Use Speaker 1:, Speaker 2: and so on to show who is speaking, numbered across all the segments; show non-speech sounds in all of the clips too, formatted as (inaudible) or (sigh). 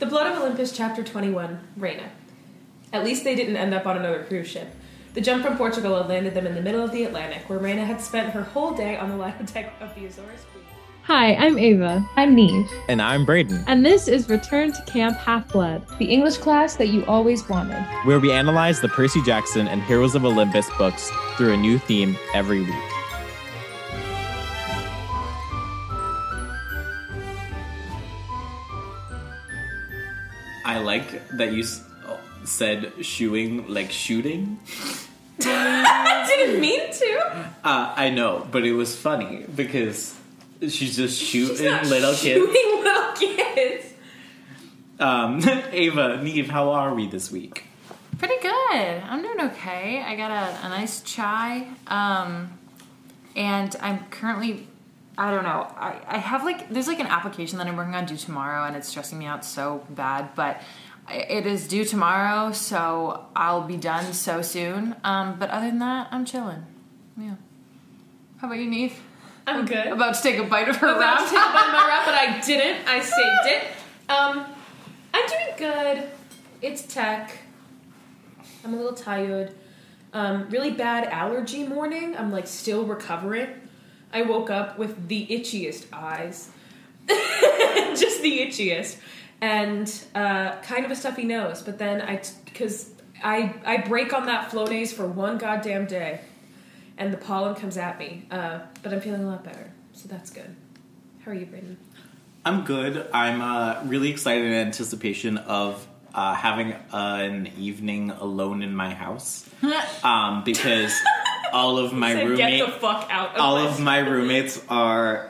Speaker 1: The Blood of Olympus, Chapter 21, Reina. At least they didn't end up on another cruise ship. The jump from Portugal had landed them in the middle of the Atlantic, where Reina had spent her whole day on the life (laughs) deck of the Azores Queen.
Speaker 2: Hi, I'm Ava. I'm Neve.
Speaker 3: And I'm Braden,
Speaker 2: And this is Return to Camp Half Blood.
Speaker 4: The English class that you always wanted.
Speaker 3: where we analyze the Percy Jackson and Heroes of Olympus books through a new theme every week.
Speaker 5: I like that you s- oh, said shooing like shooting.
Speaker 1: I didn't mean to!
Speaker 5: Uh, I know, but it was funny because she's just shooting
Speaker 1: She's not
Speaker 5: little
Speaker 1: shooting
Speaker 5: kids.
Speaker 1: little kids.
Speaker 5: Um, (laughs) Ava, Neve, how are we this week?
Speaker 6: Pretty good. I'm doing okay. I got a, a nice chai. Um, and I'm currently, I don't know, I, I have like, there's like an application that I'm working on due tomorrow and it's stressing me out so bad, but I- it is due tomorrow, so I'll be done so soon. Um, but other than that, I'm chilling. Yeah. How about you, Neve?
Speaker 1: I'm good. About
Speaker 6: About to take a bite of her
Speaker 1: to take
Speaker 6: wrap.
Speaker 1: my wrap, but I (laughs) didn't. I saved it. Um, I'm doing good. It's tech. I'm a little tired. Um, really bad allergy morning. I'm like still recovering. I woke up with the itchiest eyes, (laughs) just the itchiest, and uh, kind of a stuffy nose. But then I, because I I break on that Flonase for one goddamn day, and the pollen comes at me. Uh, but I'm feeling a lot better, so that's good. How are you, Brayden?
Speaker 5: I'm good. I'm uh, really excited in anticipation of uh, having an evening alone in my house
Speaker 6: (laughs)
Speaker 5: um,
Speaker 1: (laughs)
Speaker 5: because all of my
Speaker 1: Said,
Speaker 5: roommates.
Speaker 1: Get the fuck out of
Speaker 5: all
Speaker 1: my
Speaker 5: of my roommates are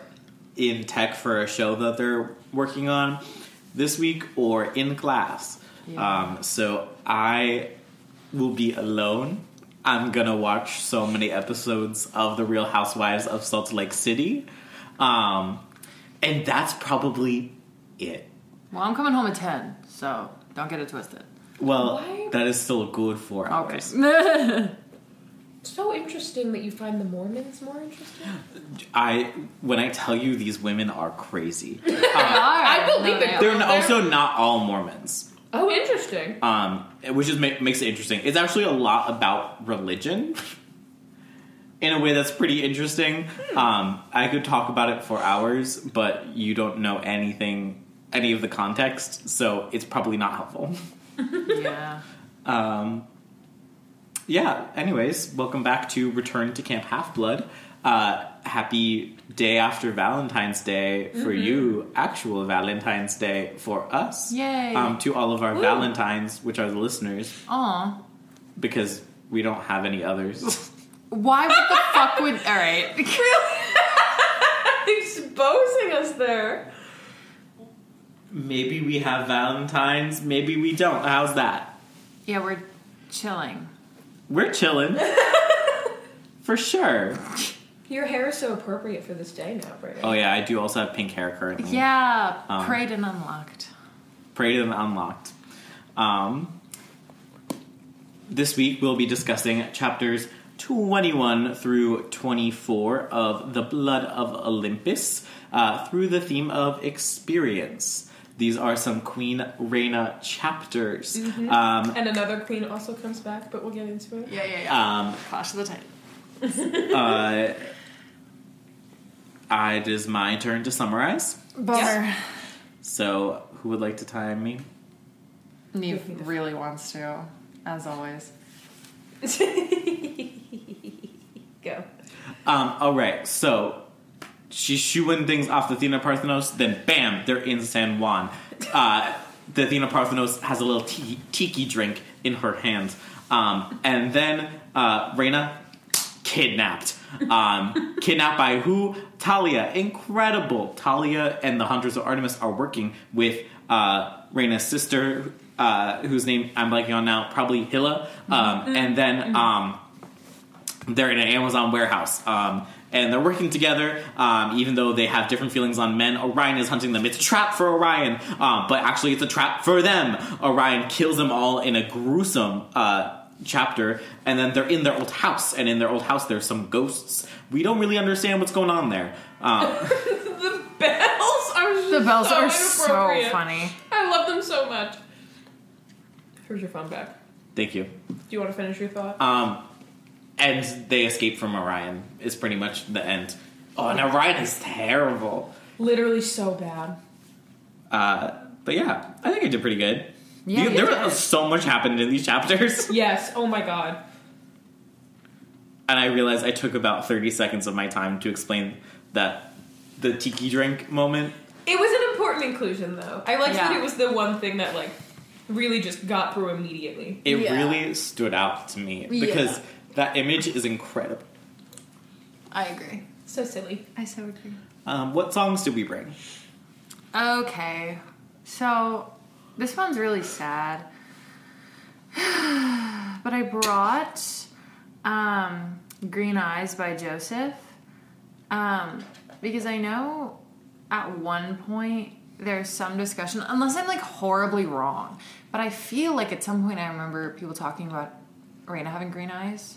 Speaker 5: in tech for a show that they're working on this week or in class. Um, so I will be alone. I'm gonna watch so many episodes of The Real Housewives of Salt Lake City. Um, and that's probably it.
Speaker 6: Well, I'm coming home at 10, so don't get it twisted.
Speaker 5: Well,
Speaker 1: Why-
Speaker 5: that is still a good four
Speaker 6: Okay.
Speaker 5: hours.
Speaker 6: (laughs)
Speaker 1: So interesting that you find the Mormons more interesting.
Speaker 5: I when I tell you these women are
Speaker 1: (laughs)
Speaker 5: crazy. Uh,
Speaker 6: I
Speaker 1: believe it.
Speaker 5: They're n- also not all Mormons.
Speaker 1: Oh, interesting.
Speaker 5: um, which is ma- makes it interesting. It's actually a lot about religion in a way that's pretty interesting. Um, I could talk about it for hours, but you don't know anything, any of the context, so it's probably not helpful.
Speaker 6: Yeah.
Speaker 5: Um, yeah. Anyways, welcome back to Return to Camp Half Blood. Uh, happy day after Valentine's Day for you. Actual Valentine's Day for us.
Speaker 6: Yay.
Speaker 5: Um, to all of our Valentines, which are the listeners,
Speaker 6: Aw.
Speaker 5: because we don't have any others. (laughs)
Speaker 6: Why would the fuck would all right?
Speaker 1: (laughs) Exposing us there.
Speaker 5: maybe we have Valentines. Maybe we don't. How's that?
Speaker 6: (laughs) Yeah, we're chilling.
Speaker 5: We're chilling. For sure.
Speaker 1: Your hair is so appropriate for this day now, Brayden.
Speaker 5: Oh yeah, I do also have pink hair currently.
Speaker 6: Yeah,
Speaker 5: Um,
Speaker 6: prayed and unlocked.
Speaker 5: Prayed and unlocked. Um, this week we'll be discussing chapters 21 through 24 of The Blood of Olympus uh, through the theme of experience. These are some Queen Reina chapters. Um,
Speaker 1: And another queen also comes back, but we'll get into it.
Speaker 6: Yeah, yeah, yeah.
Speaker 5: um,
Speaker 6: Clash of the Titan.
Speaker 5: uh, I- it is my turn to summarize.
Speaker 6: Bummer. (laughs)
Speaker 5: So, who would like to time me?
Speaker 6: Neve really wants to, as always.
Speaker 1: (laughs) Go.
Speaker 5: Um, all right, so she's shooing things off the Athena Parthenos, then bam, they're in San Juan. Uh, the Athena Parthenos has a little tiki, tiki drink in her hand. Um, and then uh, Reina kidnapped. Um, kidnapped by who? Talia. Incredible. Talia and the Hunters of Artemis are working with uh, Reyna's sister, uh, whose name I'm blanking on now, probably Hilla. Um, And then um, they're in an Amazon warehouse. Um, and they're working together, um, even though they have different feelings on men. Orion is hunting them. It's a trap for Orion, um, but actually, it's a trap for them. Orion kills them all in a gruesome uh, chapter, and then they're in their old house. And in their old house, there's some ghosts. We don't really understand what's going on there. Um,
Speaker 1: The bells are
Speaker 6: The bells
Speaker 1: so
Speaker 6: are so
Speaker 1: inappropriate.
Speaker 6: funny.
Speaker 1: I I love them so much. Here's your phone back.
Speaker 5: Thank you.
Speaker 1: Do you want to finish your thought?
Speaker 5: Um, and they escape from Orion is pretty much the end. Oh, and Orion is terrible.
Speaker 1: Literally so bad.
Speaker 5: Uh, but yeah, I think I did pretty good.
Speaker 6: Yeah,
Speaker 5: You-
Speaker 6: you
Speaker 5: there
Speaker 6: did.
Speaker 5: was so much happened in these chapters, (laughs)
Speaker 1: Yes. Oh my god.
Speaker 5: and I realized I took about thirty seconds of my time to explain that the tiki drink moment.
Speaker 1: It was an important inclusion, though. I liked that
Speaker 6: Yeah.
Speaker 1: it was the one thing that like really just got through immediately.
Speaker 5: It
Speaker 6: Yeah.
Speaker 5: really stood out to me because that image is incredible.
Speaker 6: I agree.
Speaker 1: So silly.
Speaker 6: I so agree.
Speaker 5: Um, what songs did we bring?
Speaker 6: Okay. So this one's really sad. (sighs) but I brought um, Green Eyes by Joseph um, because I know at one point there's some discussion, unless I'm like horribly wrong, but I feel like at some point I remember people talking about Raina having green eyes.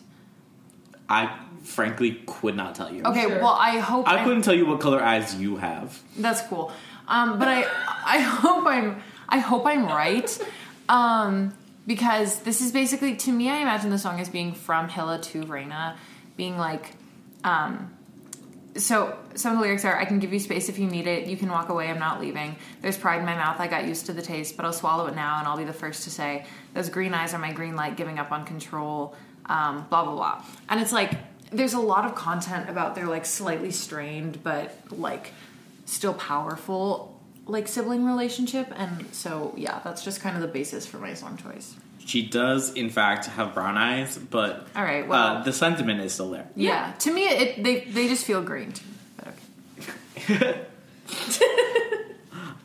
Speaker 5: I frankly could not tell you.
Speaker 6: Okay,
Speaker 1: Sure.
Speaker 6: well, I hope
Speaker 5: I
Speaker 6: I'm-
Speaker 5: couldn't tell you what color eyes you have.
Speaker 6: That's cool. Um, but I I hope I'm I hope I'm right. Um, because this is basically to me I imagine the song as being from Hilla to Reina, being like um so some of the lyrics are I can give you space if you need it, you can walk away, I'm not leaving. There's pride in my mouth, I got used to the taste, but I'll swallow it now and I'll be the first to say those green eyes are my green light giving up on control, um, blah blah blah. And it's like there's a lot of content about their like slightly strained but like still powerful like sibling relationship and so yeah that's just kind of the basis for my song choice
Speaker 5: She does, in fact, have brown eyes, but
Speaker 6: all right well
Speaker 5: uh, the sentiment is still there.
Speaker 6: yeah. to me it they they just feel green to me but okay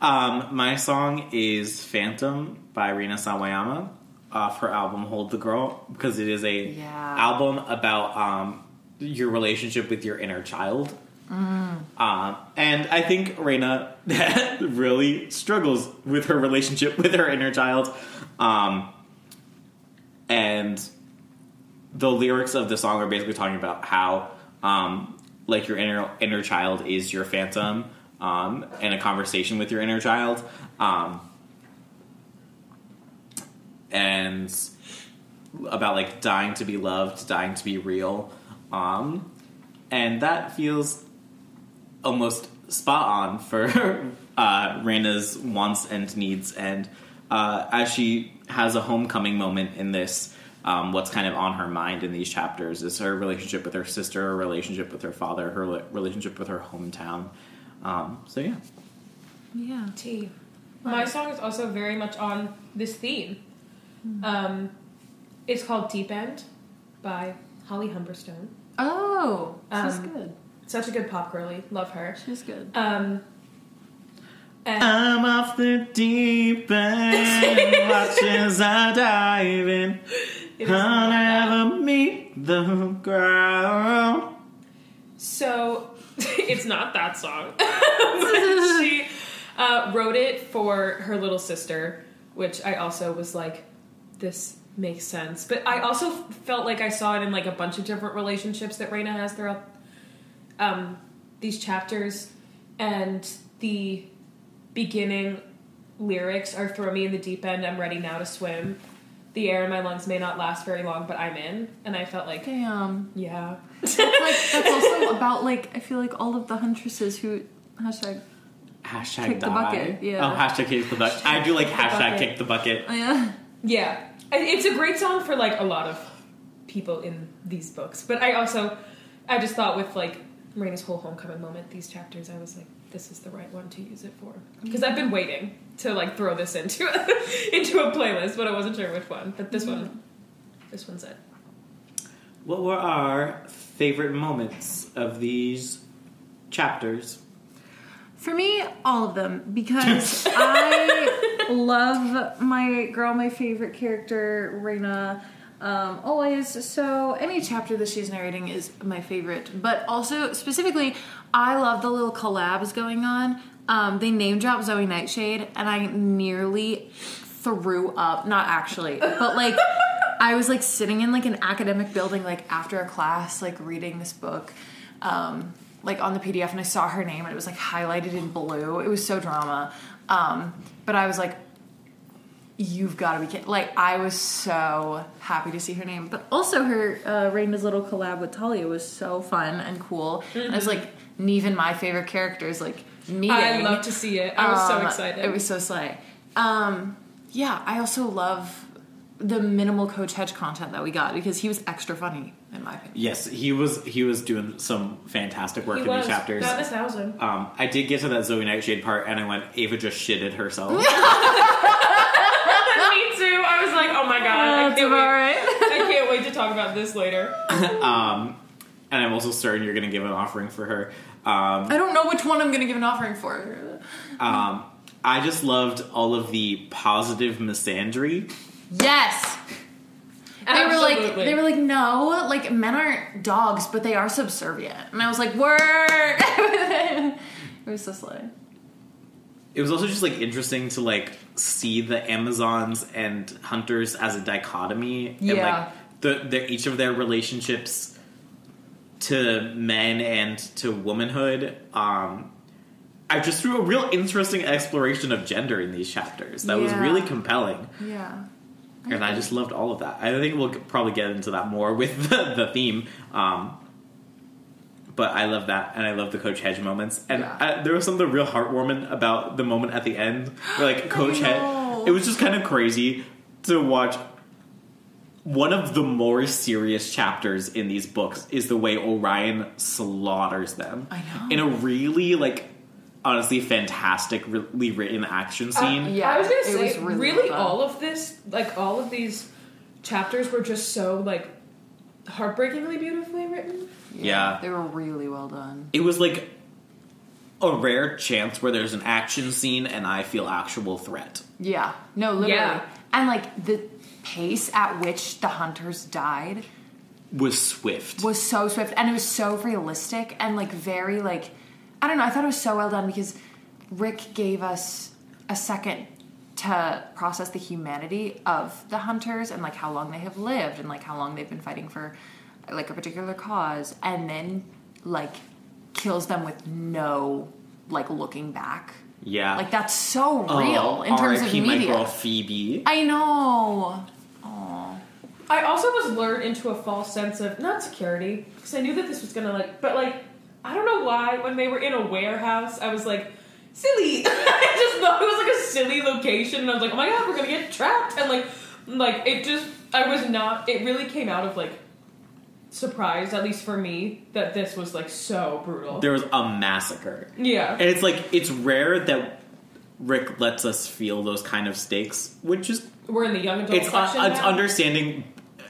Speaker 5: Um, my song is Phantom by Rina Sawayama off her album Hold the Girl because it is a
Speaker 6: Yeah.
Speaker 5: album about um, your relationship with your inner child. Um, and I think Raina (laughs) really struggles with her relationship with her inner child. Um, and the lyrics of the song are basically talking about how um, like your inner inner child is your phantom um, and a conversation with your inner child um, and about like dying to be loved dying to be real um, and that feels almost spot on for (laughs) uh, Raina's wants and needs. And uh, as she has a homecoming moment in this, um, what's kind of on her mind in these chapters is her relationship with her sister, her relationship with her father, her li- relationship with her hometown. Um, so yeah,
Speaker 6: yeah
Speaker 1: T. My song is also very much on this theme. Um, it's called Deep End by Holly Humberstone.
Speaker 6: oh she's
Speaker 1: Um,
Speaker 6: good
Speaker 1: Such a good pop girly. Love her.
Speaker 6: she's good
Speaker 1: Um, and
Speaker 5: I'm off the deep (laughs) end, watch as I dive in.
Speaker 1: it is
Speaker 5: I'll
Speaker 1: not bad.
Speaker 5: never meet the ground.
Speaker 1: So (laughs) it's not that song. but she uh, wrote it for her little sister, which I also was like, this makes sense. But I also f- felt like I saw it in like a bunch of different relationships that Raina has throughout um, these chapters, and the beginning lyrics are "Throw me in the deep end. I'm ready now to swim." The air in my lungs may not last very long, but I'm in. And I felt like, (laughs)
Speaker 6: damn
Speaker 1: yeah.
Speaker 6: like that's also about like i feel like all of the huntresses who hashtag
Speaker 5: Hashtag
Speaker 6: Kick the
Speaker 5: die.
Speaker 6: bucket, yeah.
Speaker 5: Oh, hashtag kick the bucket. I do like hashtag
Speaker 1: bucket.
Speaker 5: kick the bucket.
Speaker 6: oh, yeah
Speaker 1: Yeah, I- it's a great song for like a lot of people in these books. But I also, I just thought with like Raina's whole homecoming moment, these chapters, I was like, this is the right one to use it for because I've been waiting to like throw this into into a (laughs) playlist, but I wasn't sure which one. But this
Speaker 6: Mm.
Speaker 1: one, this one's it.
Speaker 5: What were our favorite moments of these chapters?
Speaker 6: For me, all of them because I love my girl, my favorite character, Reina, um, always. So any chapter that she's narrating is my favorite. But also specifically, I love the little collabs going on. Um, they name drop Zoe Nightshade, and I nearly threw up. Not actually, but like. I was like sitting in like an academic building, like after a class, like reading this book, um, like on the PDF, and I saw her name, and it was like highlighted in blue. It was so drama. Um, but I was like, you've got to be kidding. Like, I was so happy to see her name. But also, her uh, Raina's little collab with Talia was so fun and cool. And I was like, Neve my favorite characters, like, meeting.
Speaker 1: Mm-hmm. I love to see it. I was so
Speaker 6: Um,
Speaker 1: excited.
Speaker 6: It was so slay. Um, yeah, I also love the minimal Coach Hedge content that we got because he was extra funny, in my opinion.
Speaker 5: Yes, he was he was doing some fantastic work
Speaker 1: he
Speaker 5: in
Speaker 1: was
Speaker 5: these chapters.
Speaker 1: not a
Speaker 6: (laughs)
Speaker 1: thousand. (laughs)
Speaker 5: Um, I did get to that Zoe Nightshade part, and I went, Ava just shitted herself.
Speaker 1: Me too. I was like, oh my god, I can't wait.
Speaker 6: right.
Speaker 1: I can't wait to talk about this later.
Speaker 5: and I'm also certain you're going to give an offering for her. Um,
Speaker 6: I don't know which one I'm going to give an offering for.
Speaker 5: um, I just loved all of the positive misandry.
Speaker 6: Yes. They were like,
Speaker 1: Absolutely.
Speaker 6: they were like, no, like men aren't dogs, but they are subservient. And I was like, word. (laughs) it was so slay.
Speaker 5: It was also just like interesting to like see the Amazons and hunters as a dichotomy, and
Speaker 6: Yeah.
Speaker 5: like the, the each of their relationships to men and to womanhood. Um, I just threw a real interesting exploration of gender in these chapters that was
Speaker 6: Yeah.
Speaker 5: really compelling.
Speaker 6: Yeah.
Speaker 5: and I just loved all of that. I think we'll probably get into that more (laughs) with the, the theme. Um, but I love that, and I love the Coach Hedge moments. And
Speaker 6: Yeah.
Speaker 5: I, there was something real heartwarming about the moment at the end,
Speaker 6: (gasps)
Speaker 5: where, like Coach
Speaker 6: know.
Speaker 5: Hedge. It was just kind of crazy to watch. One of the more serious chapters in these books is the way Orion slaughters them.
Speaker 6: I know.
Speaker 5: in a really like, honestly, fantastically written
Speaker 6: Uh,
Speaker 5: action scene.
Speaker 1: I,
Speaker 6: Yeah,
Speaker 1: I was gonna
Speaker 6: it
Speaker 1: say,
Speaker 6: was really
Speaker 1: really,
Speaker 6: fun.
Speaker 1: all of this, like all of these chapters, were just so like heartbreakingly beautifully written.
Speaker 5: Yeah.
Speaker 6: They were really well done.
Speaker 5: it was like a rare chance where there's an action scene and I feel actual threat.
Speaker 6: Yeah. No, literally.
Speaker 1: Yeah.
Speaker 6: And like the pace at which the hunters died
Speaker 5: Was swift.
Speaker 6: was so swift and it was so realistic and like very like I don't know, I thought it was so well done because Rick gave us a second to process the humanity of the hunters and like how long they have lived and like how long they've been fighting for like a particular cause and then like kills them with no like looking back.
Speaker 5: yeah.
Speaker 6: Like that's so
Speaker 5: Oh,
Speaker 6: real in terms of
Speaker 5: RIP my
Speaker 6: media.
Speaker 5: girl Phoebe.
Speaker 6: I know. Aw.
Speaker 1: I also was lured into a false sense of not security because I knew that this was gonna like, but like I don't know why when they were in a warehouse, I was like. Silly! (laughs) I just thought it was like a silly location, and I was like, "Oh my god, we're gonna get trapped!" And like, like it just, I was not. It really came out of like surprise, at least for me, that this was like so brutal.
Speaker 5: There was a massacre.
Speaker 1: yeah,
Speaker 5: And it's like it's rare that Rick lets us feel those kind of stakes, which is
Speaker 1: We're in the young adult
Speaker 5: it's
Speaker 1: section.
Speaker 5: it's
Speaker 1: now.
Speaker 5: understanding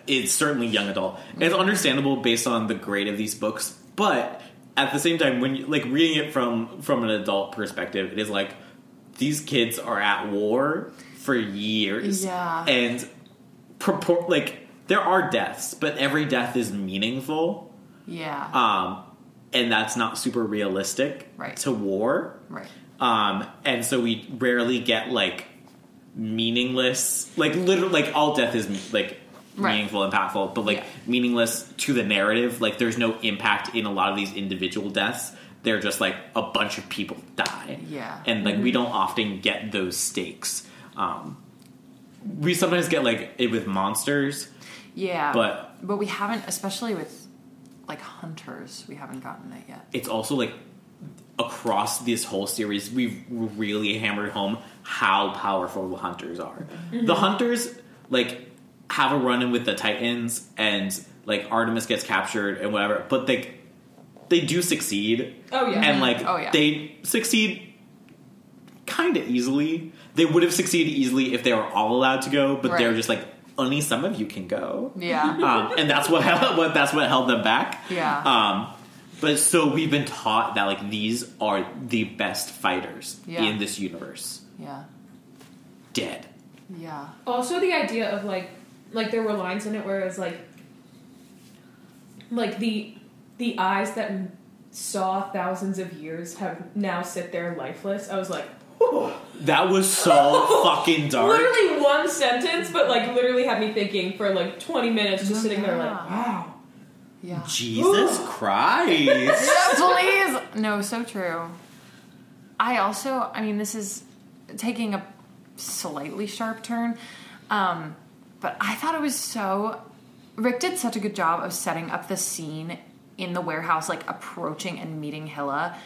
Speaker 5: it's certainly young adult. It's understandable based on the grade of these books, but at the same time when you like reading it from from an adult perspective, it is like these kids are at war for years.
Speaker 6: Yeah.
Speaker 5: And purport like there are deaths, but every death is meaningful.
Speaker 6: Yeah.
Speaker 5: Um and that's not super realistic
Speaker 6: Right.
Speaker 5: to war.
Speaker 6: right.
Speaker 5: Um, and so we rarely get like meaningless, like literally, like all death is like
Speaker 6: Right.
Speaker 5: meaningful, impactful, but like
Speaker 6: Yeah.
Speaker 5: meaningless to the narrative. Like there's no impact in a lot of these individual deaths. They're just like a bunch of people die.
Speaker 6: Yeah. Mm-hmm.
Speaker 5: and like we don't often get those stakes. Um, we sometimes get like it with monsters,
Speaker 6: Yeah.
Speaker 5: but
Speaker 6: But we haven't, especially with like hunters, we haven't gotten it yet.
Speaker 5: it's also like across this whole series we've really hammered home how powerful the hunters are
Speaker 6: Mm-hmm.
Speaker 5: the hunters like have a run-in with the titans and like artemis gets captured and whatever but they they do succeed
Speaker 1: Oh yeah,
Speaker 5: and like
Speaker 6: Oh, yeah.
Speaker 5: they succeed kind of easily they would have succeeded easily if they were all allowed to go but they're
Speaker 6: Right.
Speaker 5: just like only some of you
Speaker 6: (laughs)
Speaker 5: can go
Speaker 6: Yeah.
Speaker 5: um, and that's what, what that's what held them back.
Speaker 6: Yeah.
Speaker 5: Um, but so we've been taught that like these are the best fighters
Speaker 6: Yeah.
Speaker 5: in this universe.
Speaker 6: yeah.
Speaker 5: Dead.
Speaker 6: Yeah.
Speaker 1: also the idea of like, like there were lines in it where it was like, like the the eyes that m- saw thousands of years have now sit there lifeless. I was like, whew.
Speaker 5: That was
Speaker 6: (laughs)
Speaker 5: so fucking dark.
Speaker 1: literally one sentence, but like literally had me thinking for like twenty minutes, just sitting there like,
Speaker 6: Yeah.
Speaker 1: wow.
Speaker 6: Yeah.
Speaker 5: Jesus
Speaker 6: (laughs)
Speaker 5: Christ.
Speaker 6: Please. No, so true. I also, I mean, this is taking a slightly sharp turn. Um, but I thought it was so. Rick did such a good job of setting up the scene in the warehouse, like approaching and meeting Hilla.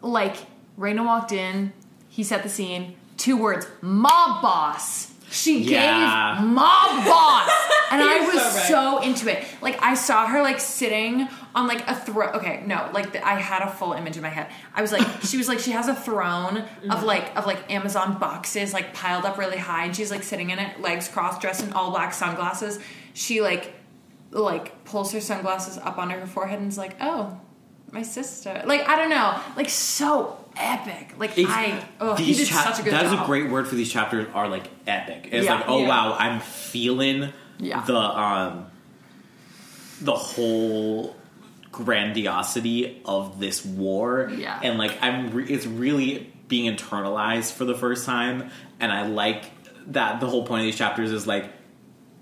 Speaker 6: Like, Raina walked in, he set the scene, two words mob boss. She
Speaker 5: Yeah.
Speaker 6: gave mob
Speaker 1: (laughs)
Speaker 6: boss. And I
Speaker 1: You're so
Speaker 6: was
Speaker 1: right.
Speaker 6: so so into it. Like I saw her like sitting on like a throne. Okay, no, like the, I had a full image in my head. I was like, she was like, she has a throne
Speaker 1: Mm-hmm.
Speaker 6: of like of like Amazon boxes like piled up really high, and she's like sitting in it, legs crossed, dressed in all black sunglasses. She like like pulls her sunglasses up onto her forehead and is like, oh, my sister. Like I don't know, like so epic. Like
Speaker 5: It's-
Speaker 6: I oh, he
Speaker 5: these
Speaker 6: did
Speaker 5: chap-
Speaker 6: such a good
Speaker 5: that is
Speaker 6: job.
Speaker 5: a great word for these chapters are like epic. It's
Speaker 6: Yeah.
Speaker 5: like, oh
Speaker 1: Yeah.
Speaker 5: wow, I'm feeling
Speaker 6: Yeah.
Speaker 5: the um the whole grandiosity of this war.
Speaker 6: Yeah.
Speaker 5: And like I'm re- it's really being internalized for the first time and I like that the whole point of these chapters is like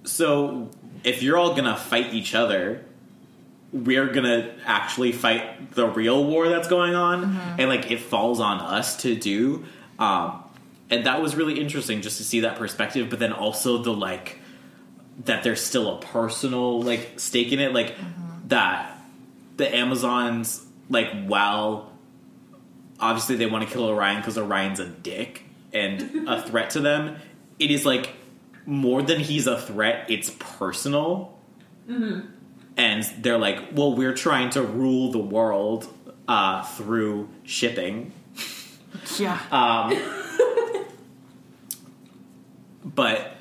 Speaker 5: so if you're all going to fight each other we're gonna actually fight the real war that's going on, and like it falls on us to do. Um, and that was really interesting just to see that perspective, but then also the like that there's still a personal like stake in it, like that the Amazons like while obviously they want to kill Orion because Orion's a dick and a threat to them. It is like more than he's a threat; it's personal and they're like, "Well, we're trying to rule the world uh, through shipping,"
Speaker 6: yeah.
Speaker 5: uh, but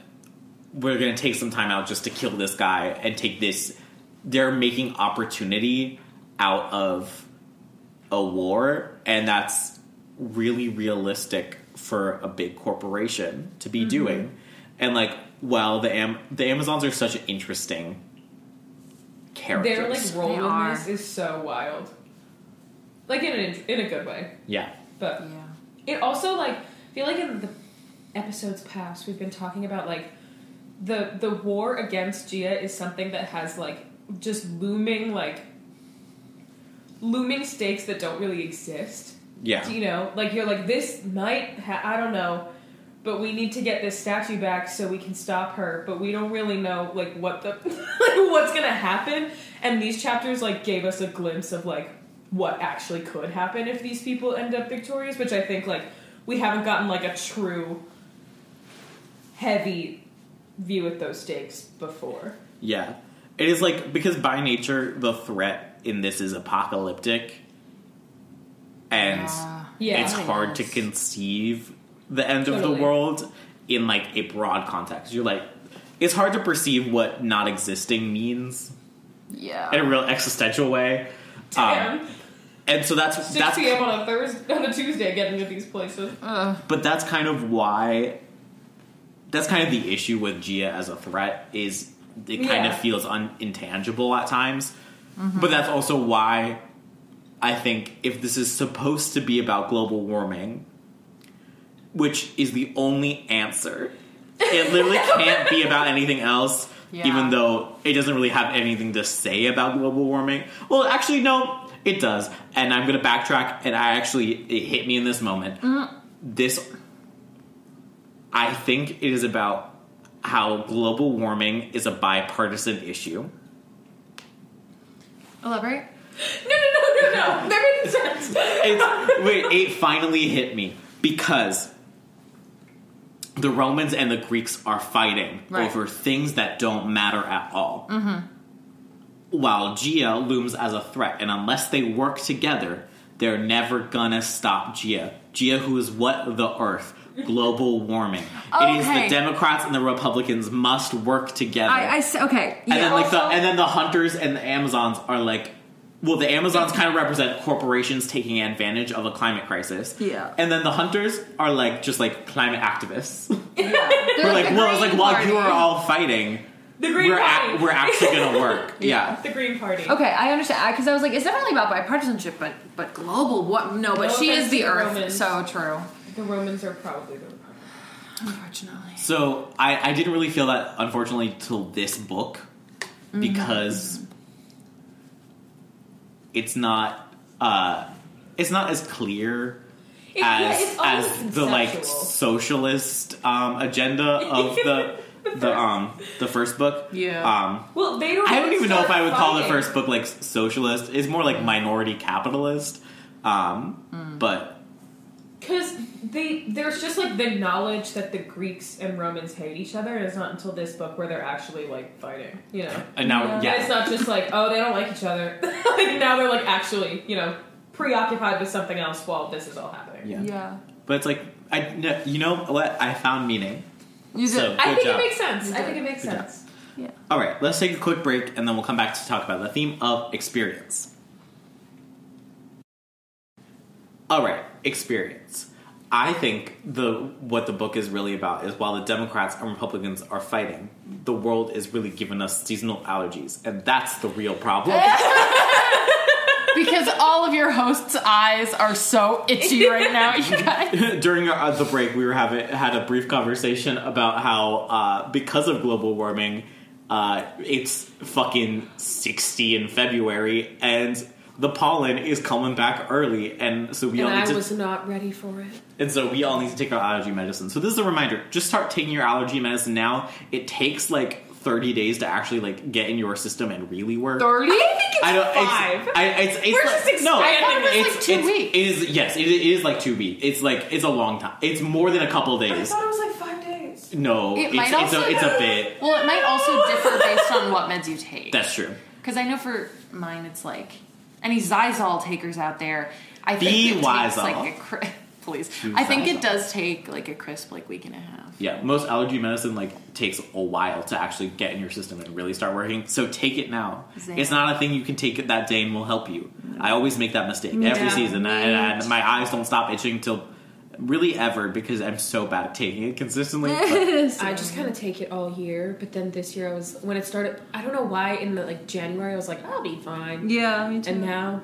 Speaker 5: we're going to take some time out just to kill this guy and take this. They're making opportunity out of a war, and that's really realistic for a big corporation to
Speaker 1: Mm-hmm.
Speaker 5: be doing. And like, well, the Am- the Amazons are such interesting characters.
Speaker 1: Their like role
Speaker 6: They
Speaker 1: in
Speaker 6: are.
Speaker 1: this is so wild, like in an, in a good way.
Speaker 5: yeah,
Speaker 1: But
Speaker 6: yeah.
Speaker 1: it also like I feel like in the episodes past we've been talking about like the the war against Gia is something that has like just looming like looming stakes that don't really exist.
Speaker 5: yeah.
Speaker 1: You know, like you're like this might ha- I don't know, but we need to get this statue back so we can stop her. But we don't really know like what the (laughs) like what's gonna happen. And these chapters like gave us a glimpse of like what actually could happen if these people end up victorious, which I think like we haven't gotten like a true heavy view at those stakes before.
Speaker 5: Yeah. It is like because by nature the threat in this is apocalyptic and
Speaker 6: Yeah.
Speaker 1: Yeah.
Speaker 5: it's
Speaker 6: Yes.
Speaker 5: hard to conceive the end of
Speaker 1: Oh Totally.
Speaker 5: the world in like a broad context. You're like it's hard to perceive what not existing means
Speaker 6: Yeah.
Speaker 5: in a real existential way. Um,
Speaker 1: Damn. (laughs)
Speaker 5: and so that's
Speaker 1: Six
Speaker 5: that's
Speaker 1: p.m. on a Thursday, on a Tuesday, getting to these places.
Speaker 6: Ugh.
Speaker 5: but that's kind of why that's kind of the issue with Gia as a threat is it kind
Speaker 1: Yeah.
Speaker 5: of feels un- intangible at times. But that's also why I think if this is supposed to be about global warming, which is the only answer, it literally can't be about anything else.
Speaker 6: Yeah.
Speaker 5: Even though it doesn't really have anything to say about global warming. Well, actually, no, it does. And I'm going to backtrack. And I actually it hit me in this moment. This I think it is about how global warming is a bipartisan issue.
Speaker 6: Elaborate.
Speaker 1: No, no, no, no,
Speaker 5: (laughs)
Speaker 1: no. That makes sense.
Speaker 5: It's, wait, it finally hit me because the Romans and the Greeks are fighting
Speaker 6: Right. Mm-hmm.
Speaker 5: over things that don't matter at all. While Gia looms as a threat, and unless they work together, they're never gonna stop Gia. Gia, who is what the Earth. Global warming. It is
Speaker 6: Okay.
Speaker 5: the Democrats and the Republicans must work together.
Speaker 6: I, I s- okay.
Speaker 5: And
Speaker 6: yeah.
Speaker 5: then like the
Speaker 1: also-
Speaker 5: and then the hunters and the Amazons are like well the Amazons kind of represent corporations taking advantage of a climate crisis.
Speaker 6: Yeah.
Speaker 5: And then the hunters are like just like climate activists. (laughs)
Speaker 6: (laughs) They're
Speaker 5: We're like,
Speaker 6: the
Speaker 5: well, it's like
Speaker 6: Green
Speaker 5: while
Speaker 6: Party.
Speaker 5: you are all fighting,
Speaker 1: (laughs) The Green
Speaker 5: we're
Speaker 1: Party.
Speaker 5: ac- we're actually
Speaker 6: (laughs)
Speaker 5: gonna work. yeah.
Speaker 1: the Green Party.
Speaker 6: Okay, I understand because I, was like, it's definitely about bipartisanship, but but global. What? No, but
Speaker 1: No
Speaker 6: she
Speaker 1: offense
Speaker 6: is the
Speaker 1: to the
Speaker 6: Earth,
Speaker 1: Romans.
Speaker 6: so true.
Speaker 1: The Romans are probably the.
Speaker 6: Unfortunately,
Speaker 5: So I, I didn't really feel that unfortunately till this book
Speaker 6: Mm-hmm.
Speaker 5: because it's not uh it's not as clear
Speaker 1: It's-
Speaker 5: as
Speaker 1: it's always
Speaker 5: as the like
Speaker 1: conceptual.
Speaker 5: socialist um, agenda (laughs) of the the um the first book.
Speaker 6: Yeah.
Speaker 5: Um,
Speaker 1: Well, they don't.
Speaker 5: I don't even know if
Speaker 1: start
Speaker 5: I would call the
Speaker 1: fighting.
Speaker 5: first book like socialist. It's more like minority capitalist. Um, but
Speaker 1: Because they there's just like the knowledge that the Greeks and Romans hate each other, and it's not until this book where they're actually like fighting, you know.
Speaker 5: and uh, now
Speaker 1: And
Speaker 5: yeah,
Speaker 1: it's not just like oh they don't like each other. (laughs) like now they're like actually you know preoccupied with something else while this is all happening.
Speaker 5: yeah,
Speaker 6: Yeah.
Speaker 5: But it's like I no, you know what I found meaning.
Speaker 6: You did.
Speaker 5: So-
Speaker 1: I
Speaker 5: Good
Speaker 1: think
Speaker 5: job.
Speaker 1: it makes sense.
Speaker 6: You
Speaker 1: I
Speaker 6: did.
Speaker 1: think it makes
Speaker 5: Good job.
Speaker 1: sense.
Speaker 5: All right, let's take a quick break and then we'll come back to talk about the theme of experience. All right, experience. I think the what the book is really about is while the Democrats and Republicans are fighting, the world is really giving us seasonal allergies, and that's the real problem.
Speaker 6: because all of your hosts' eyes are so itchy right now,
Speaker 5: (laughs)
Speaker 6: you (laughs) guys.
Speaker 5: During our, uh, the break, we were having had a brief conversation about how uh, because of global warming, uh, it's fucking sixty in February, and the pollen is coming back early, and so we all
Speaker 1: and
Speaker 5: need
Speaker 1: I
Speaker 5: to,
Speaker 1: was not ready for it.
Speaker 5: and so we all need to take our allergy medicine. So this is a reminder: just start taking your allergy medicine now. It takes like thirty days to actually like get in your system and really work.
Speaker 6: 30?
Speaker 5: I don't.
Speaker 1: five.
Speaker 5: It's, I, it's, it's
Speaker 1: We're
Speaker 5: like,
Speaker 1: just
Speaker 5: no,
Speaker 1: expanding
Speaker 6: I thought it was,
Speaker 5: it's
Speaker 6: like, two
Speaker 5: it's-
Speaker 6: weeks.
Speaker 5: It is yes, it, it is like two weeks. It's like it's a long time. It's more than a couple
Speaker 1: I
Speaker 5: days.
Speaker 1: thought it was like five days.
Speaker 5: No,
Speaker 6: It
Speaker 5: it's,
Speaker 6: might
Speaker 5: it's,
Speaker 6: also-
Speaker 5: a, it's a bit.
Speaker 6: Well, it might also differ based on what meds you take.
Speaker 5: That's true.
Speaker 6: Because I know for mine, it's like any Zyzol takers out there. I think it
Speaker 5: Be
Speaker 6: takes like a
Speaker 5: Wisol.
Speaker 6: cri- (laughs) please.
Speaker 5: Be
Speaker 6: I think
Speaker 5: Wisol.
Speaker 6: it does take like a crisp like week and a half.
Speaker 5: Yeah, most allergy medicine like takes a while to actually get in your system and really start working. So take it now.
Speaker 6: Zan.
Speaker 5: It's not a thing you can take it that day and will help you. I always make that mistake every
Speaker 1: Yeah.
Speaker 5: season, and, and my eyes don't stop itching till really ever because I'm so bad at taking it consistently.
Speaker 1: (laughs)
Speaker 5: but-
Speaker 1: I just kind of take it all year, but then this year I was when it started. I don't know why in the like January I was like I'll be fine,
Speaker 6: Yeah, me
Speaker 1: and now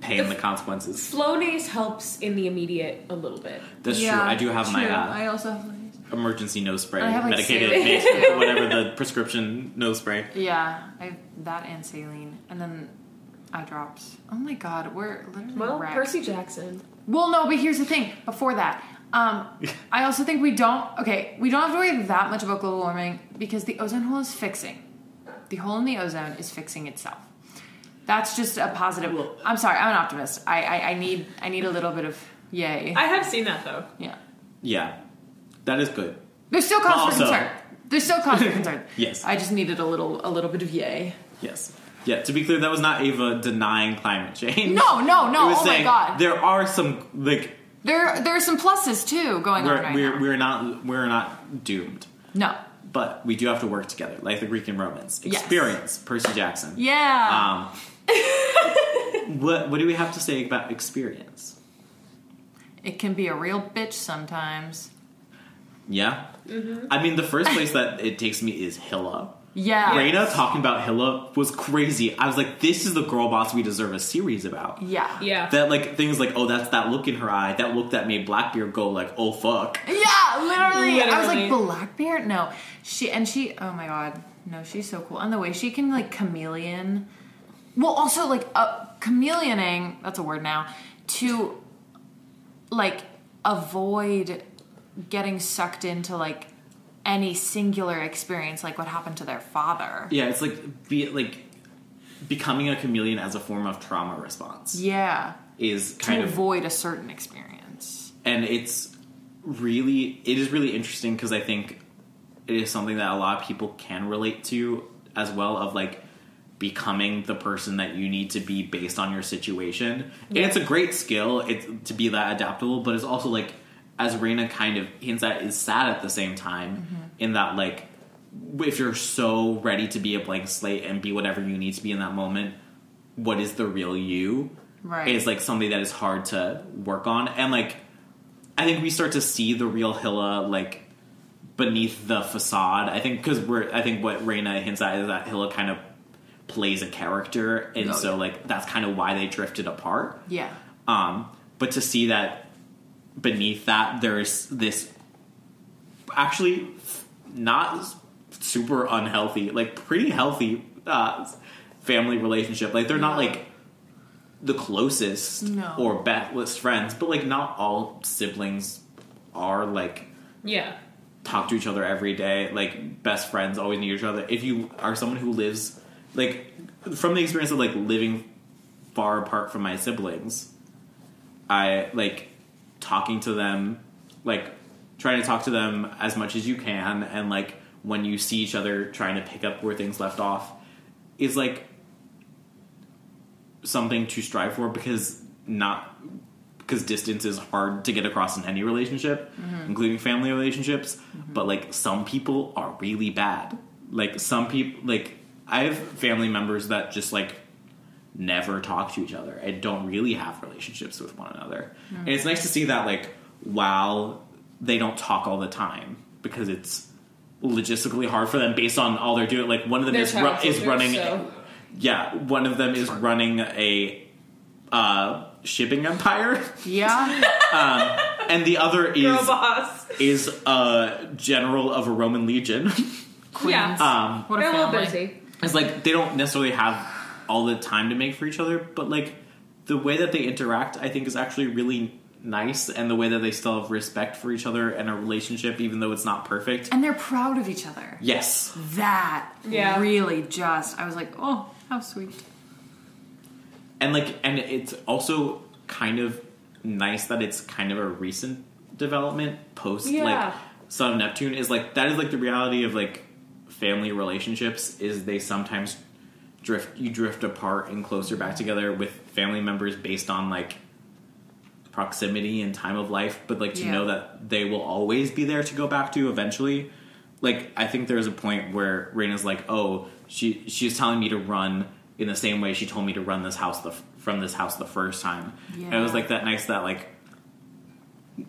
Speaker 5: paying the consequences.
Speaker 1: Flonase helps in the immediate a little bit.
Speaker 5: That's true. I do have my uh,
Speaker 6: I also have
Speaker 5: emergency nose spray,
Speaker 6: I have, like,
Speaker 5: medicated
Speaker 6: saline,
Speaker 5: face,
Speaker 6: (laughs) too.
Speaker 5: whatever the prescription nose spray.
Speaker 6: Yeah, I have that and saline, and then eye drops. Oh my god, we're literally
Speaker 1: Well,
Speaker 6: wrecked.
Speaker 1: Percy Jackson.
Speaker 6: Well, no, but here's the thing. Before that,
Speaker 5: (laughs)
Speaker 6: um, I also think we don't. Okay, we don't have to worry that much about global warming because the ozone hole is fixing. The hole in the ozone is fixing itself. That's just a positive.
Speaker 5: Well-
Speaker 6: I'm sorry, I'm an optimist. I, I, I need I need a little bit of yay.
Speaker 1: I have seen that though.
Speaker 6: yeah,
Speaker 5: Yeah, that is good.
Speaker 6: there's still cause for
Speaker 5: Also-
Speaker 6: concern. There's still cause
Speaker 5: (laughs)
Speaker 6: for concern.
Speaker 5: Yes.
Speaker 6: I just needed a little a little bit of yay.
Speaker 5: Yes. Yeah. To be clear, that was not Ava denying climate change.
Speaker 6: No, no,
Speaker 5: It
Speaker 6: no.
Speaker 5: was
Speaker 6: Oh my
Speaker 5: saying
Speaker 6: god.
Speaker 5: there are some like
Speaker 6: There, there are some pluses too going on
Speaker 5: we're
Speaker 6: right
Speaker 5: we're,
Speaker 6: now.
Speaker 5: we're not we're not doomed,
Speaker 6: no,
Speaker 5: but we do have to work together, like the Greek and Romans.
Speaker 6: Yes.
Speaker 5: Experience, Percy Jackson.
Speaker 6: yeah. (laughs)
Speaker 5: Um, what what do we have to say about experience? Um,
Speaker 6: it can be a real bitch sometimes.
Speaker 5: Yeah.
Speaker 6: Mm-hmm.
Speaker 5: I mean, the first place that it takes me is Hilla.
Speaker 6: Yeah,
Speaker 5: Raina talking about Hilla was crazy. I was like, this is the girl boss we deserve a series about.
Speaker 6: yeah,
Speaker 1: Yeah.
Speaker 5: That like things like, oh, that's that look in her eye, that look that made Blackbeard go like, oh fuck.
Speaker 6: Yeah, literally. I was
Speaker 1: Literally.
Speaker 6: like, Blackbeard? No. She and she oh my god. No, she's so cool. And the way she can like chameleon. Well, also like uh, chameleoning, that's a word now, to like avoid getting sucked into like any singular experience like what happened to their father.
Speaker 5: Yeah, it's like be like becoming a chameleon as a form of trauma response
Speaker 6: Yeah.
Speaker 5: is kind
Speaker 6: To
Speaker 5: of
Speaker 6: avoid a certain experience.
Speaker 5: and it's really it is really interesting because i think it is something that a lot of people can relate to as well of like becoming the person that you need to be based on your situation and it's a great skill it's to be that adaptable but it's also like as Raina kind of hints at is sad at the same time in that like if you're so ready to be a blank slate and be whatever you need to be in that moment what is the real you
Speaker 6: Right.
Speaker 5: is like something that is hard to work on and like i think we start to see the real hilla like beneath the facade i think because we're i think what Reina hints at is that hilla kind of plays a character and
Speaker 6: Oh,
Speaker 5: so
Speaker 6: yeah.
Speaker 5: like that's kind of why they drifted apart
Speaker 6: Yeah.
Speaker 5: um but to see that beneath that there's this actually not super unhealthy like pretty healthy uh family relationship like they're not like the closest
Speaker 6: No.
Speaker 5: or best friends, but like not all siblings are like
Speaker 1: Yeah.
Speaker 5: talk to each other every day. Like best friends always need each other. If you are someone who lives like from the experience of like living far apart from my siblings, I like talking to them, like trying to talk to them as much as you can, and like when you see each other, trying to pick up where things left off is like something to strive for because not because distance is hard to get across in any relationship,
Speaker 1: Mm-hmm.
Speaker 5: including family relationships. But like some people are really bad. Like some people, like I have family members that just like never talk to each other and don't really have relationships with one another.
Speaker 1: Mm-hmm.
Speaker 5: And it's nice to see that like while they don't talk all the time because it's logistically hard for them based on all they're doing. Like one of them
Speaker 1: They're
Speaker 5: is, ru- is
Speaker 1: childholders,
Speaker 5: running
Speaker 1: so-
Speaker 5: yeah, one of them is running a uh, shipping empire, (laughs)
Speaker 6: Yeah.
Speaker 5: and the other
Speaker 1: Girl
Speaker 5: is
Speaker 1: boss.
Speaker 5: is a general of a Roman legion. (laughs)
Speaker 1: Yeah.
Speaker 5: um,
Speaker 6: What a
Speaker 1: They're a little
Speaker 6: family.
Speaker 1: busy.
Speaker 5: it's like they don't necessarily have all the time to make for each other, but like the way that they interact, I think, is actually really nice, and the way that they still have respect for each other and a relationship, even though it's not perfect.
Speaker 6: And they're proud of each other.
Speaker 5: Yes,
Speaker 6: That
Speaker 1: Yeah.
Speaker 6: really just I was like, oh, how sweet.
Speaker 5: and like, and it's also kind of nice that it's kind of a recent development post
Speaker 1: Yeah.
Speaker 5: like Son of Neptune is like that is like the reality of like family relationships is they sometimes drift you drift apart and closer back together with family members based on like proximity and time of life but like to
Speaker 6: Yeah.
Speaker 5: know that they will always be there to go back to eventually like I think there's a point where Raina's like oh she she's telling me to run in the same way she told me to run this house the f- from this house the first time and it was
Speaker 6: Yeah.
Speaker 5: like that nice that like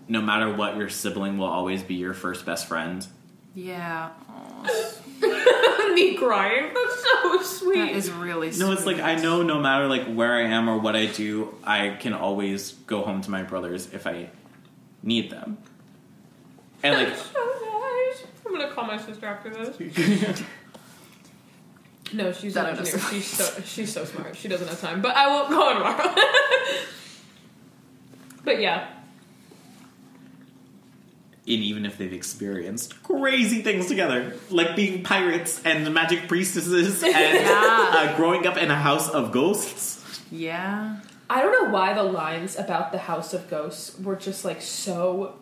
Speaker 5: no matter what, your sibling will always be your first best friend.
Speaker 6: Yeah. Oh,
Speaker 1: (laughs) Me crying. That's so sweet.
Speaker 6: that is really sweet.
Speaker 5: No, it's like I know no matter like where I am or what I do, I can always go home to my brothers if I need them. And
Speaker 1: (laughs)
Speaker 5: like (laughs)
Speaker 1: so nice. Oh, I'm gonna call my sister after this. no, she's
Speaker 6: That
Speaker 1: an
Speaker 6: I just-
Speaker 1: engineer. She's (laughs) so she's so smart. She doesn't have time. But I will call tomorrow. (laughs) but yeah,
Speaker 5: and even if they've experienced crazy things together, like being pirates and magic priestesses and
Speaker 6: Yeah.
Speaker 5: uh, growing up in a house of ghosts. (laughs)
Speaker 6: Yeah.
Speaker 1: I don't know why the lines about the House of Ghosts were just like so.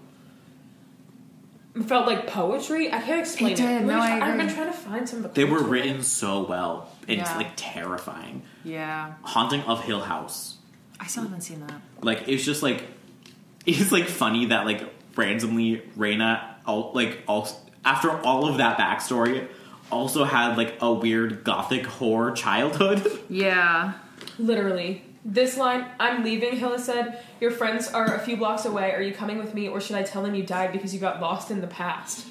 Speaker 1: Felt like poetry. I can't explain
Speaker 6: It
Speaker 1: Let
Speaker 6: did.
Speaker 1: me
Speaker 6: No, I
Speaker 1: try- I've been
Speaker 6: agree.
Speaker 1: trying to find some. of the
Speaker 5: They were
Speaker 1: poetry.
Speaker 5: written so well. It's
Speaker 6: Yeah.
Speaker 5: like terrifying.
Speaker 6: Yeah.
Speaker 5: Haunting of Hill House.
Speaker 6: I still haven't seen that.
Speaker 5: like it's just like (laughs) it's like funny that like randomly Reina all like all after all of that backstory also had like a weird gothic horror childhood. (laughs)
Speaker 6: Yeah.
Speaker 1: Literally. This line, I'm leaving, Hilla said. Your friends are a few blocks away. Are you coming with me, or should I tell them you died because you got lost in the past?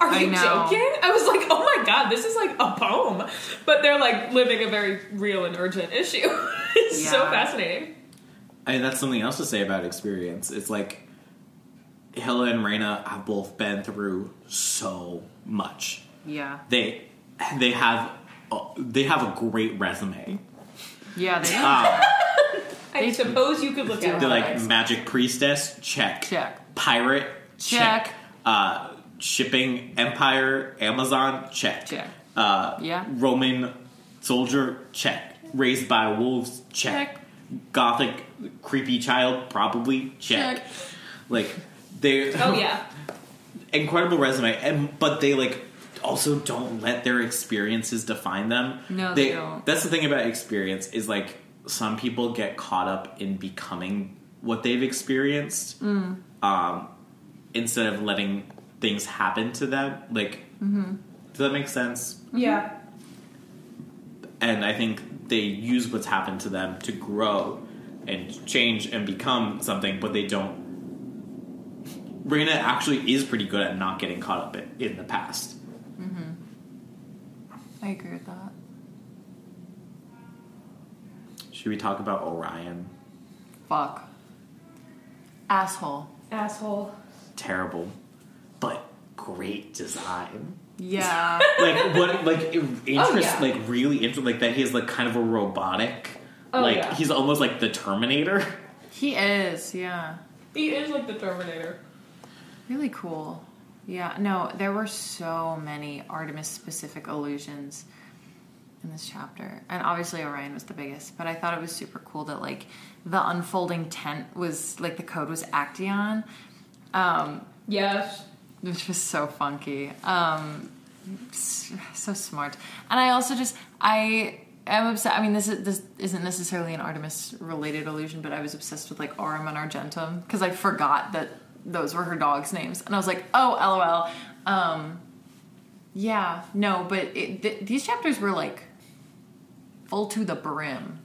Speaker 1: Are
Speaker 6: I
Speaker 1: you
Speaker 6: know.
Speaker 1: joking? I was like, oh my god, this is like a poem. But they're like living a very real and urgent issue. (laughs) it's so
Speaker 6: Yeah.
Speaker 1: fascinating.
Speaker 5: I mean that's something else to say about experience. It's like Hilla and Reina have both been through so much.
Speaker 6: Yeah.
Speaker 5: They they have a, they have a great resume.
Speaker 6: Yeah, they
Speaker 5: Um,
Speaker 1: I suppose you could look at
Speaker 5: they're
Speaker 1: it.
Speaker 5: like magic priestess check
Speaker 6: Check.
Speaker 5: pirate check,
Speaker 6: Check.
Speaker 5: Uh, shipping empire amazon check
Speaker 6: Check.
Speaker 5: Uh,
Speaker 6: Yeah.
Speaker 5: roman soldier check raised by wolves check,
Speaker 6: Check.
Speaker 5: gothic creepy child probably check,
Speaker 6: Check.
Speaker 5: like they
Speaker 1: Oh yeah.
Speaker 5: incredible resume and but they like also don't let their experiences define them
Speaker 6: No, they don't.
Speaker 5: that's the thing about experience is like some people get caught up in becoming what they've experienced
Speaker 6: Mm.
Speaker 5: um, instead of letting things happen to them like
Speaker 6: Mm-hmm.
Speaker 5: does that make sense
Speaker 1: Yeah.
Speaker 5: and i think they use what's happened to them to grow and change and become something but they don't Raina actually is pretty good at not getting caught up in, in the past.
Speaker 6: I agree with that.
Speaker 5: Should we talk about Orion?
Speaker 6: Fuck. Asshole.
Speaker 1: Asshole.
Speaker 5: Terrible, but great design.
Speaker 1: (laughs)
Speaker 6: Yeah.
Speaker 5: Like what? Like it- interest?
Speaker 1: Oh, yeah.
Speaker 5: Like really interesting. Like that he is like kind of a robotic
Speaker 1: Oh,
Speaker 5: like
Speaker 1: yeah.
Speaker 5: he's almost like the Terminator.
Speaker 6: He is, yeah.
Speaker 1: He is like the Terminator.
Speaker 6: Really cool. Yeah, no, there were so many Artemis specific allusions in this chapter. And obviously Orion was the biggest, but I thought it was super cool that like the unfolding tent was like the code was Acteon. Um,
Speaker 1: Yes.
Speaker 6: which was so funky. Um, s- so smart. And I also just I am obsessed. I mean, this is this isn't necessarily an Artemis related illusion, but I was obsessed with like Aurum and Argentum because I forgot that those were her dogs' names, and I was like, oh, lol. Um, yeah, no, but it, th- these chapters were like full to the brim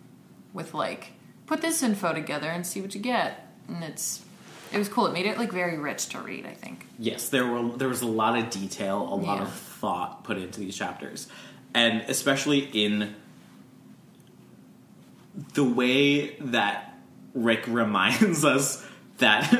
Speaker 6: with like put this info together and see what you get, and it's it was cool. It made it like very rich to read. I think.
Speaker 5: Yes, there were there was a lot of detail, a lot
Speaker 6: Yeah.
Speaker 5: of thought put into these chapters, and especially in the way that Rick (laughs) reminds us that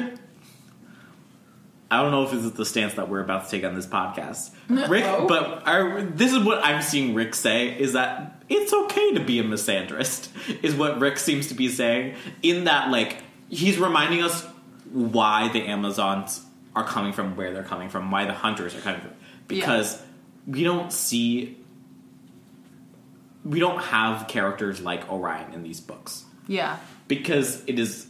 Speaker 5: I don't know if this is the stance that we're about to take on this podcast, Rick. But our, this is what I'm seeing Rick say is that it's okay to be a misandrist, is what Rick seems to be saying. In that, like he's reminding us why the Amazons are coming from where they're coming from, why the hunters are coming from, because we don't see. We don't have characters like Orion in these books
Speaker 6: Yeah.
Speaker 5: because it is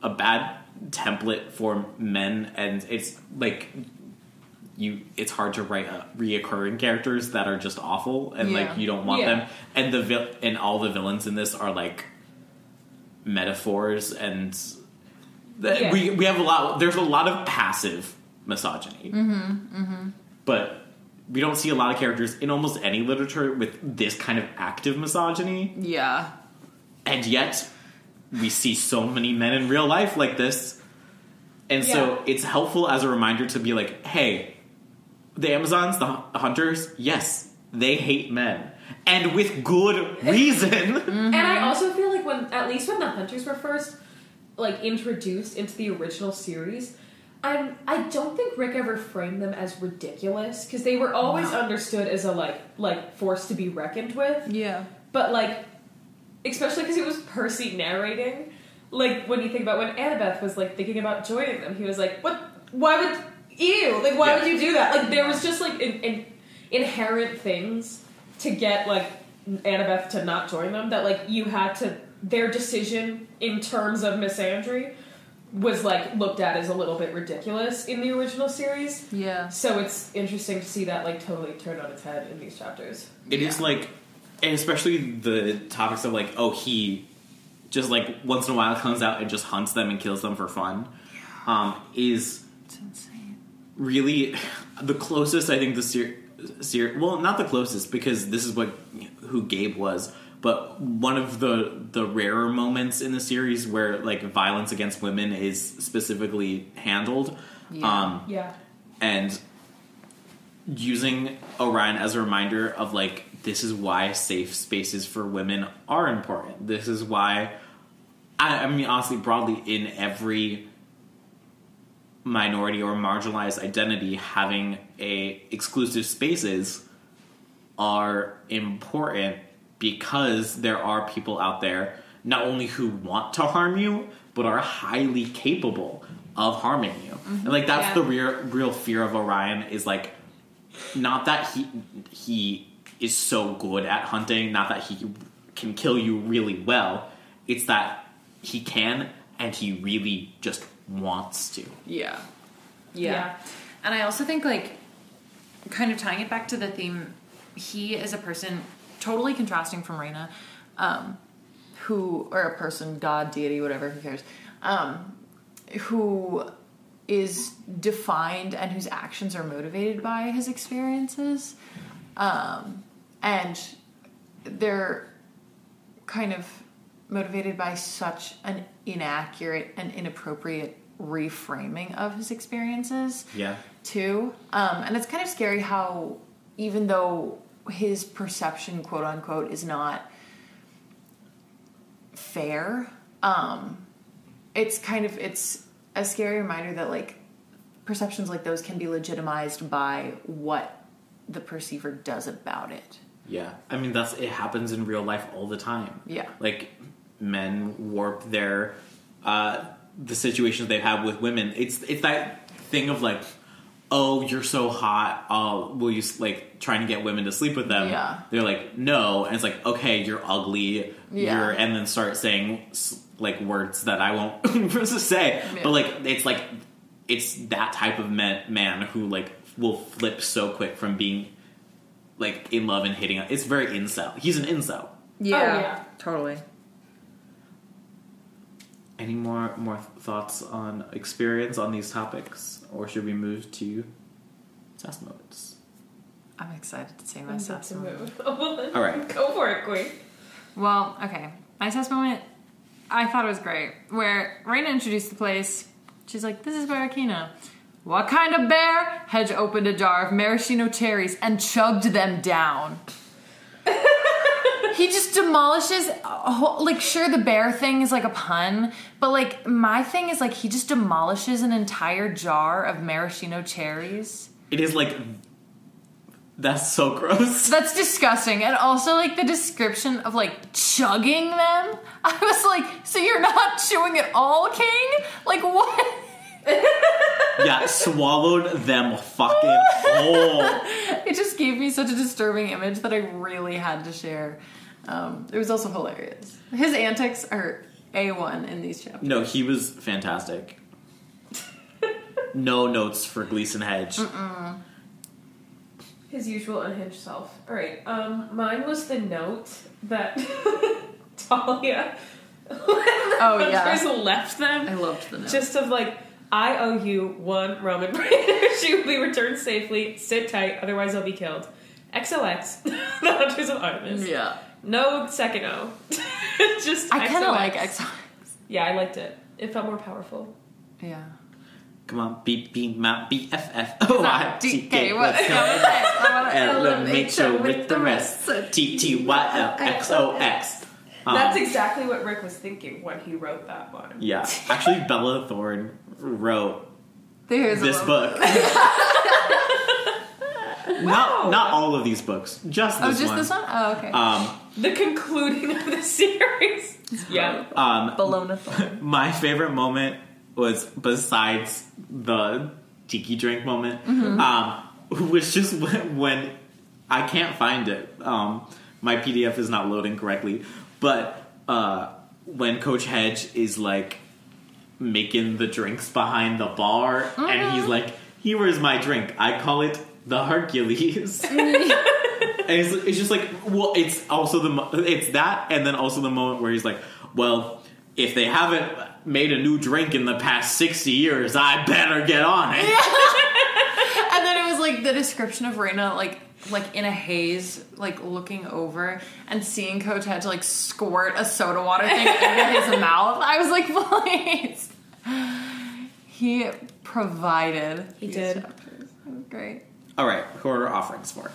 Speaker 5: a bad template for men and it's like you it's hard to write uh, reoccurring characters that are just awful and
Speaker 6: Yeah.
Speaker 5: like you don't want
Speaker 1: Yeah.
Speaker 5: them and the vil- and all the villains in this are like metaphors and th-
Speaker 1: Yeah.
Speaker 5: we we have a lot there's a lot of passive misogyny
Speaker 1: Mm-hmm,
Speaker 5: but we don't see a lot of characters in almost any literature with this kind of active misogyny
Speaker 6: Yeah.
Speaker 5: and yet we see so many men in real life like this and
Speaker 1: Yeah.
Speaker 5: so it's helpful as a reminder to be like hey the amazons the hu- hunters yes they hate men and with good reason
Speaker 1: And I also feel like when, at least when the hunters were first, like introduced into the original series, I'm I don't think Rick ever framed them as ridiculous because they were always understood as a like like force to be reckoned with.
Speaker 6: Yeah.
Speaker 1: But like, especially because it was Percy narrating. Like when you think about when Annabeth was like thinking about joining them, he was like, "What? Why would you? Like, why
Speaker 5: Yeah.
Speaker 1: would you do that?" Like there was just like in, in, inherent things to get like Annabeth to not join them that like you had to their decision in terms of misandry was like looked at as a little bit ridiculous in the original series.
Speaker 6: Yeah.
Speaker 1: So it's interesting to see that like totally turned on its head in these chapters.
Speaker 5: It is like and especially the topics of like oh he just like once in a while comes out and just hunts them and kills them for fun um, is
Speaker 6: It's insane.
Speaker 5: really the closest I think the ser- ser- well not the closest because this is what who Gabe was but one of the the rarer moments in the series where like violence against women is specifically handled
Speaker 6: Yeah.
Speaker 5: um
Speaker 1: Yeah.
Speaker 5: and using Orion as a reminder of like this is why safe spaces for women are important. This is why I, I mean honestly broadly in every minority or marginalized identity having a exclusive spaces are important because there are people out there not only who want to harm you but are highly capable of harming you and like that's
Speaker 6: Yeah.
Speaker 5: the real real fear of orion is like not that he he is so good at hunting not that he can kill you really well it's that he can and he really just wants to
Speaker 6: Yeah. yeah.
Speaker 1: Yeah.
Speaker 6: And I also think, like, kind of tying it back to the theme, he is a person totally contrasting from Raina, um, who, or a person, god, deity, whatever, who cares, um, who is defined and whose actions are motivated by his experiences. Um, and they're kind of motivated by such an inaccurate and inappropriate reframing of his experiences
Speaker 5: yeah
Speaker 6: too. Um, and it's kind of scary how, even though his perception, quote unquote, is not fair, um, it's kind of it's a scary reminder that like perceptions like those can be legitimized by what the perceiver does about it.
Speaker 5: Yeah, I mean that's it happens in real life all the time.
Speaker 6: Yeah.
Speaker 5: like men warp their uh, the situations they've had with women. It's it's that thing of like, oh, you're so hot. Uh, will you s- like trying to get women to sleep with them?
Speaker 6: Yeah.
Speaker 5: they're like no, and it's like okay, you're ugly.
Speaker 6: Yeah.
Speaker 5: you're, and then start saying s- like words that I won't (laughs) say.
Speaker 6: Yeah.
Speaker 5: But like it's like it's that type of man, man who like will flip so quick from being like in love and hitting. It's very incel. He's an incel.
Speaker 1: yeah.
Speaker 6: Totally.
Speaker 5: Any more more thoughts on experience on these topics, or should we move to test modes?
Speaker 6: I'm excited to say my
Speaker 1: I'm about
Speaker 6: test
Speaker 1: to
Speaker 6: moment.
Speaker 1: move. All
Speaker 5: right.
Speaker 1: Go for it, Queen.
Speaker 6: Well, okay. My test moment, I thought it was great. Where Raina introduced the place. She's like, this is Barakina. What kind of bear? Hedge opened a jar of maraschino cherries and chugged them down. he just demolishes a whole, like sure the bear thing is like a pun but like my thing is like he just demolishes an entire jar of maraschino cherries
Speaker 5: It is like that's so gross. (laughs)
Speaker 6: That's disgusting. And also, like, the description of, like, chugging them. (laughs) I was like, so you're not chewing at all, King? Like, what? (laughs)
Speaker 5: yeah, swallowed them fucking whole.
Speaker 6: It just gave me such a disturbing image that I really had to share. Um, it was also hilarious. His antics are A1 in these chapters.
Speaker 5: No, he was fantastic. no notes for Gleason Hedge.
Speaker 1: His usual unhinged self. All right. Um, mine was the note that (laughs) Talia (laughs)
Speaker 6: Oh, yeah.
Speaker 1: left them.
Speaker 6: I loved the note.
Speaker 1: Just of like, I owe you one ramen bread. (laughs) she will be returned safely. Sit tight, otherwise I'll be killed. XOX, (laughs) the Hunters of Artemis.
Speaker 6: yeah.
Speaker 1: No second O. (laughs) Just
Speaker 6: I kind of
Speaker 1: XOX.
Speaker 6: like X.
Speaker 1: Yeah, I liked it. It felt more powerful.
Speaker 6: Yeah.
Speaker 5: Come on, B B my B F F O I T K.
Speaker 6: what? (laughs)
Speaker 5: What's
Speaker 6: Yeah,
Speaker 5: up?
Speaker 6: what's that?
Speaker 5: (laughs)
Speaker 6: I wanna
Speaker 5: Eliminate you with the rest. T T Y L X O X. Um,
Speaker 1: That's exactly what Rick was thinking when he wrote that one.
Speaker 5: Yeah, actually, Bella Thorne wrote
Speaker 6: There's a
Speaker 5: this
Speaker 6: little-
Speaker 5: book. (laughs) Not not all of these books, just
Speaker 6: Oh,
Speaker 5: this
Speaker 6: just
Speaker 5: one.
Speaker 6: this one? Oh, okay.
Speaker 5: Um,
Speaker 1: The concluding of the series. Yeah.
Speaker 5: um,
Speaker 6: Bologna Thorn.
Speaker 5: my favorite moment was besides the tiki drink moment, um, was just when, when I can't find it. Um, my PDF is not loading correctly, but uh, when Coach Hedge is like making the drinks behind the bar, and he's like, "Here is my drink. I call it the Hercules." (laughs) And it's, it's just like, well, it's also the mo- it's that, and then also the moment where he's like, well, if they haven't made a new drink in the past sixty years, I better get on it.
Speaker 6: And then it was like the description of Raina, like like in a haze, like looking over and seeing Coach Hedge like squirt a soda water (laughs) thing into his mouth. I was like, (laughs) please. He provided.
Speaker 1: He
Speaker 6: these
Speaker 1: did.
Speaker 6: chapters. It was Great.
Speaker 5: All right, who are our offerings for?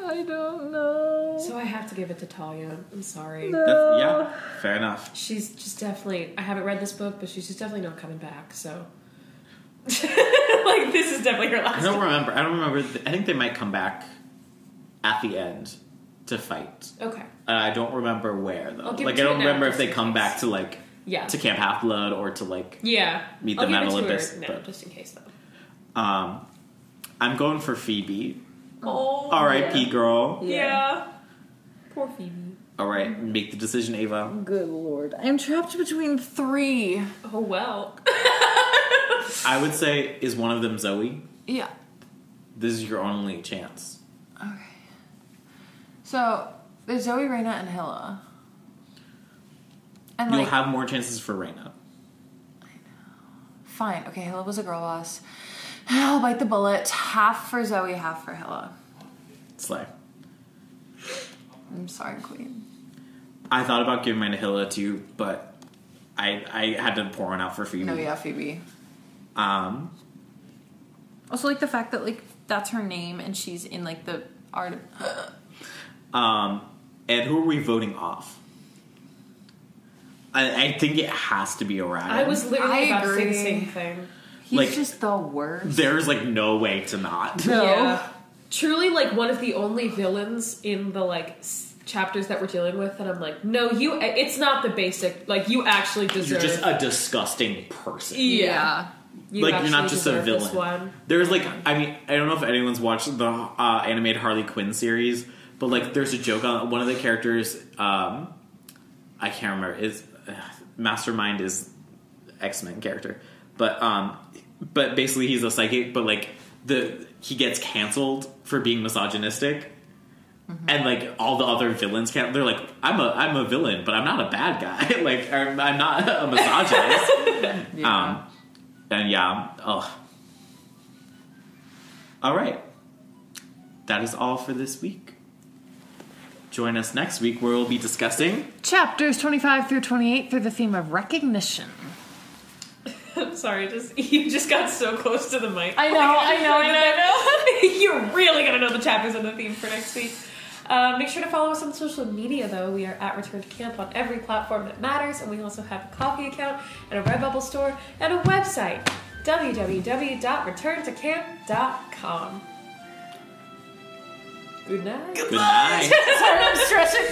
Speaker 6: I don't know.
Speaker 1: So I have to give it to Talia. I'm sorry.
Speaker 5: That's- yeah, fair enough.
Speaker 1: She's just definitely. I haven't read this book, but she's just definitely not coming back. So, (laughs) like, this is definitely her
Speaker 5: I
Speaker 1: last.
Speaker 5: don't remember. I don't remember. th- I think they might come back at the end to fight.
Speaker 1: Okay.
Speaker 5: Uh, I don't remember where though.
Speaker 1: I'll give
Speaker 5: Like,
Speaker 1: it to
Speaker 5: I
Speaker 1: you
Speaker 5: don't
Speaker 1: now,
Speaker 5: remember if
Speaker 1: just
Speaker 5: they
Speaker 1: in
Speaker 5: come
Speaker 1: case.
Speaker 5: back to like
Speaker 1: Yeah.
Speaker 5: to Camp Half Blood or to like
Speaker 1: yeah.
Speaker 5: Meet
Speaker 1: I'll
Speaker 5: them
Speaker 1: give
Speaker 5: at
Speaker 1: it to her
Speaker 5: Olympus,
Speaker 1: now,
Speaker 5: but-
Speaker 1: just in case though.
Speaker 5: um. I'm going for Phoebe.
Speaker 1: Oh.
Speaker 5: R.I.P. Girl.
Speaker 1: Yeah. Poor Phoebe.
Speaker 5: All right, make the decision, Ava.
Speaker 6: Good lord. I'm trapped between three.
Speaker 1: Oh well.
Speaker 5: I would say, is one of them Zoe?
Speaker 6: Yeah.
Speaker 5: This is your only chance.
Speaker 6: Okay. So there's Zoe, Raina, and Hilla. And
Speaker 5: You'll
Speaker 6: like,
Speaker 5: have more chances for Reina.
Speaker 6: Fine. Okay, Hilla was a girl boss. I'll bite the bullet. Half for Zoe, half for Hilla.
Speaker 5: Slay.
Speaker 6: I'm sorry, Queen.
Speaker 5: I thought about giving mine to Hilla too, but I I had to pour one out for Phoebe.
Speaker 6: No, Oh, yeah, Phoebe.
Speaker 5: Um,
Speaker 6: Also, like the fact that like that's her name and she's in like the art.
Speaker 5: um, and who are we voting off? I, I think it has to be Orion.
Speaker 1: (laughs) I was literally
Speaker 6: I
Speaker 1: about to say
Speaker 6: agree.
Speaker 1: the same thing.
Speaker 6: He's
Speaker 5: Like-
Speaker 6: just the worst.
Speaker 5: There's like no way to not.
Speaker 1: Yeah. truly like one of the only villains in the like s- chapters that we're dealing with and i'm like no you eh, it's not the basic like you actually
Speaker 5: You're
Speaker 1: deserve
Speaker 5: just a disgusting person.
Speaker 1: yeah, You
Speaker 5: like you're not
Speaker 1: actually
Speaker 5: just a
Speaker 1: deserve this
Speaker 5: villain.
Speaker 1: one.
Speaker 5: There's like I mean I don't know if anyone's watched the uh, animated Harley Quinn series, but like there's a joke on one of the characters. Um, I can't remember. Is uh, Mastermind is X Men character, but um, but basically he's a psychic. But like the he gets canceled for being misogynistic. And like all the other villains, can't, they're like, I'm a I'm a villain, but I'm not a bad guy. (laughs) like I'm, I'm not a misogynist. Um, and yeah, oh. All right. That is all for this week. Join us next week where we'll be discussing.
Speaker 6: Chapters 25 through 28 through the theme of recognition.
Speaker 1: I'm (laughs) sorry, just you just got so close to the mic. (laughs)
Speaker 6: I know, I know, I know,
Speaker 1: You're really gonna know the chapters and the theme for next week. Uh, make sure to follow us on social media, though. We are at Return to Camp on every platform that matters, and we also have a coffee account and a Redbubble store and a website, www.returntocamp.com. Good night.
Speaker 5: Good
Speaker 6: (laughs)
Speaker 5: night.
Speaker 6: Sorry, I'm stressing (laughs)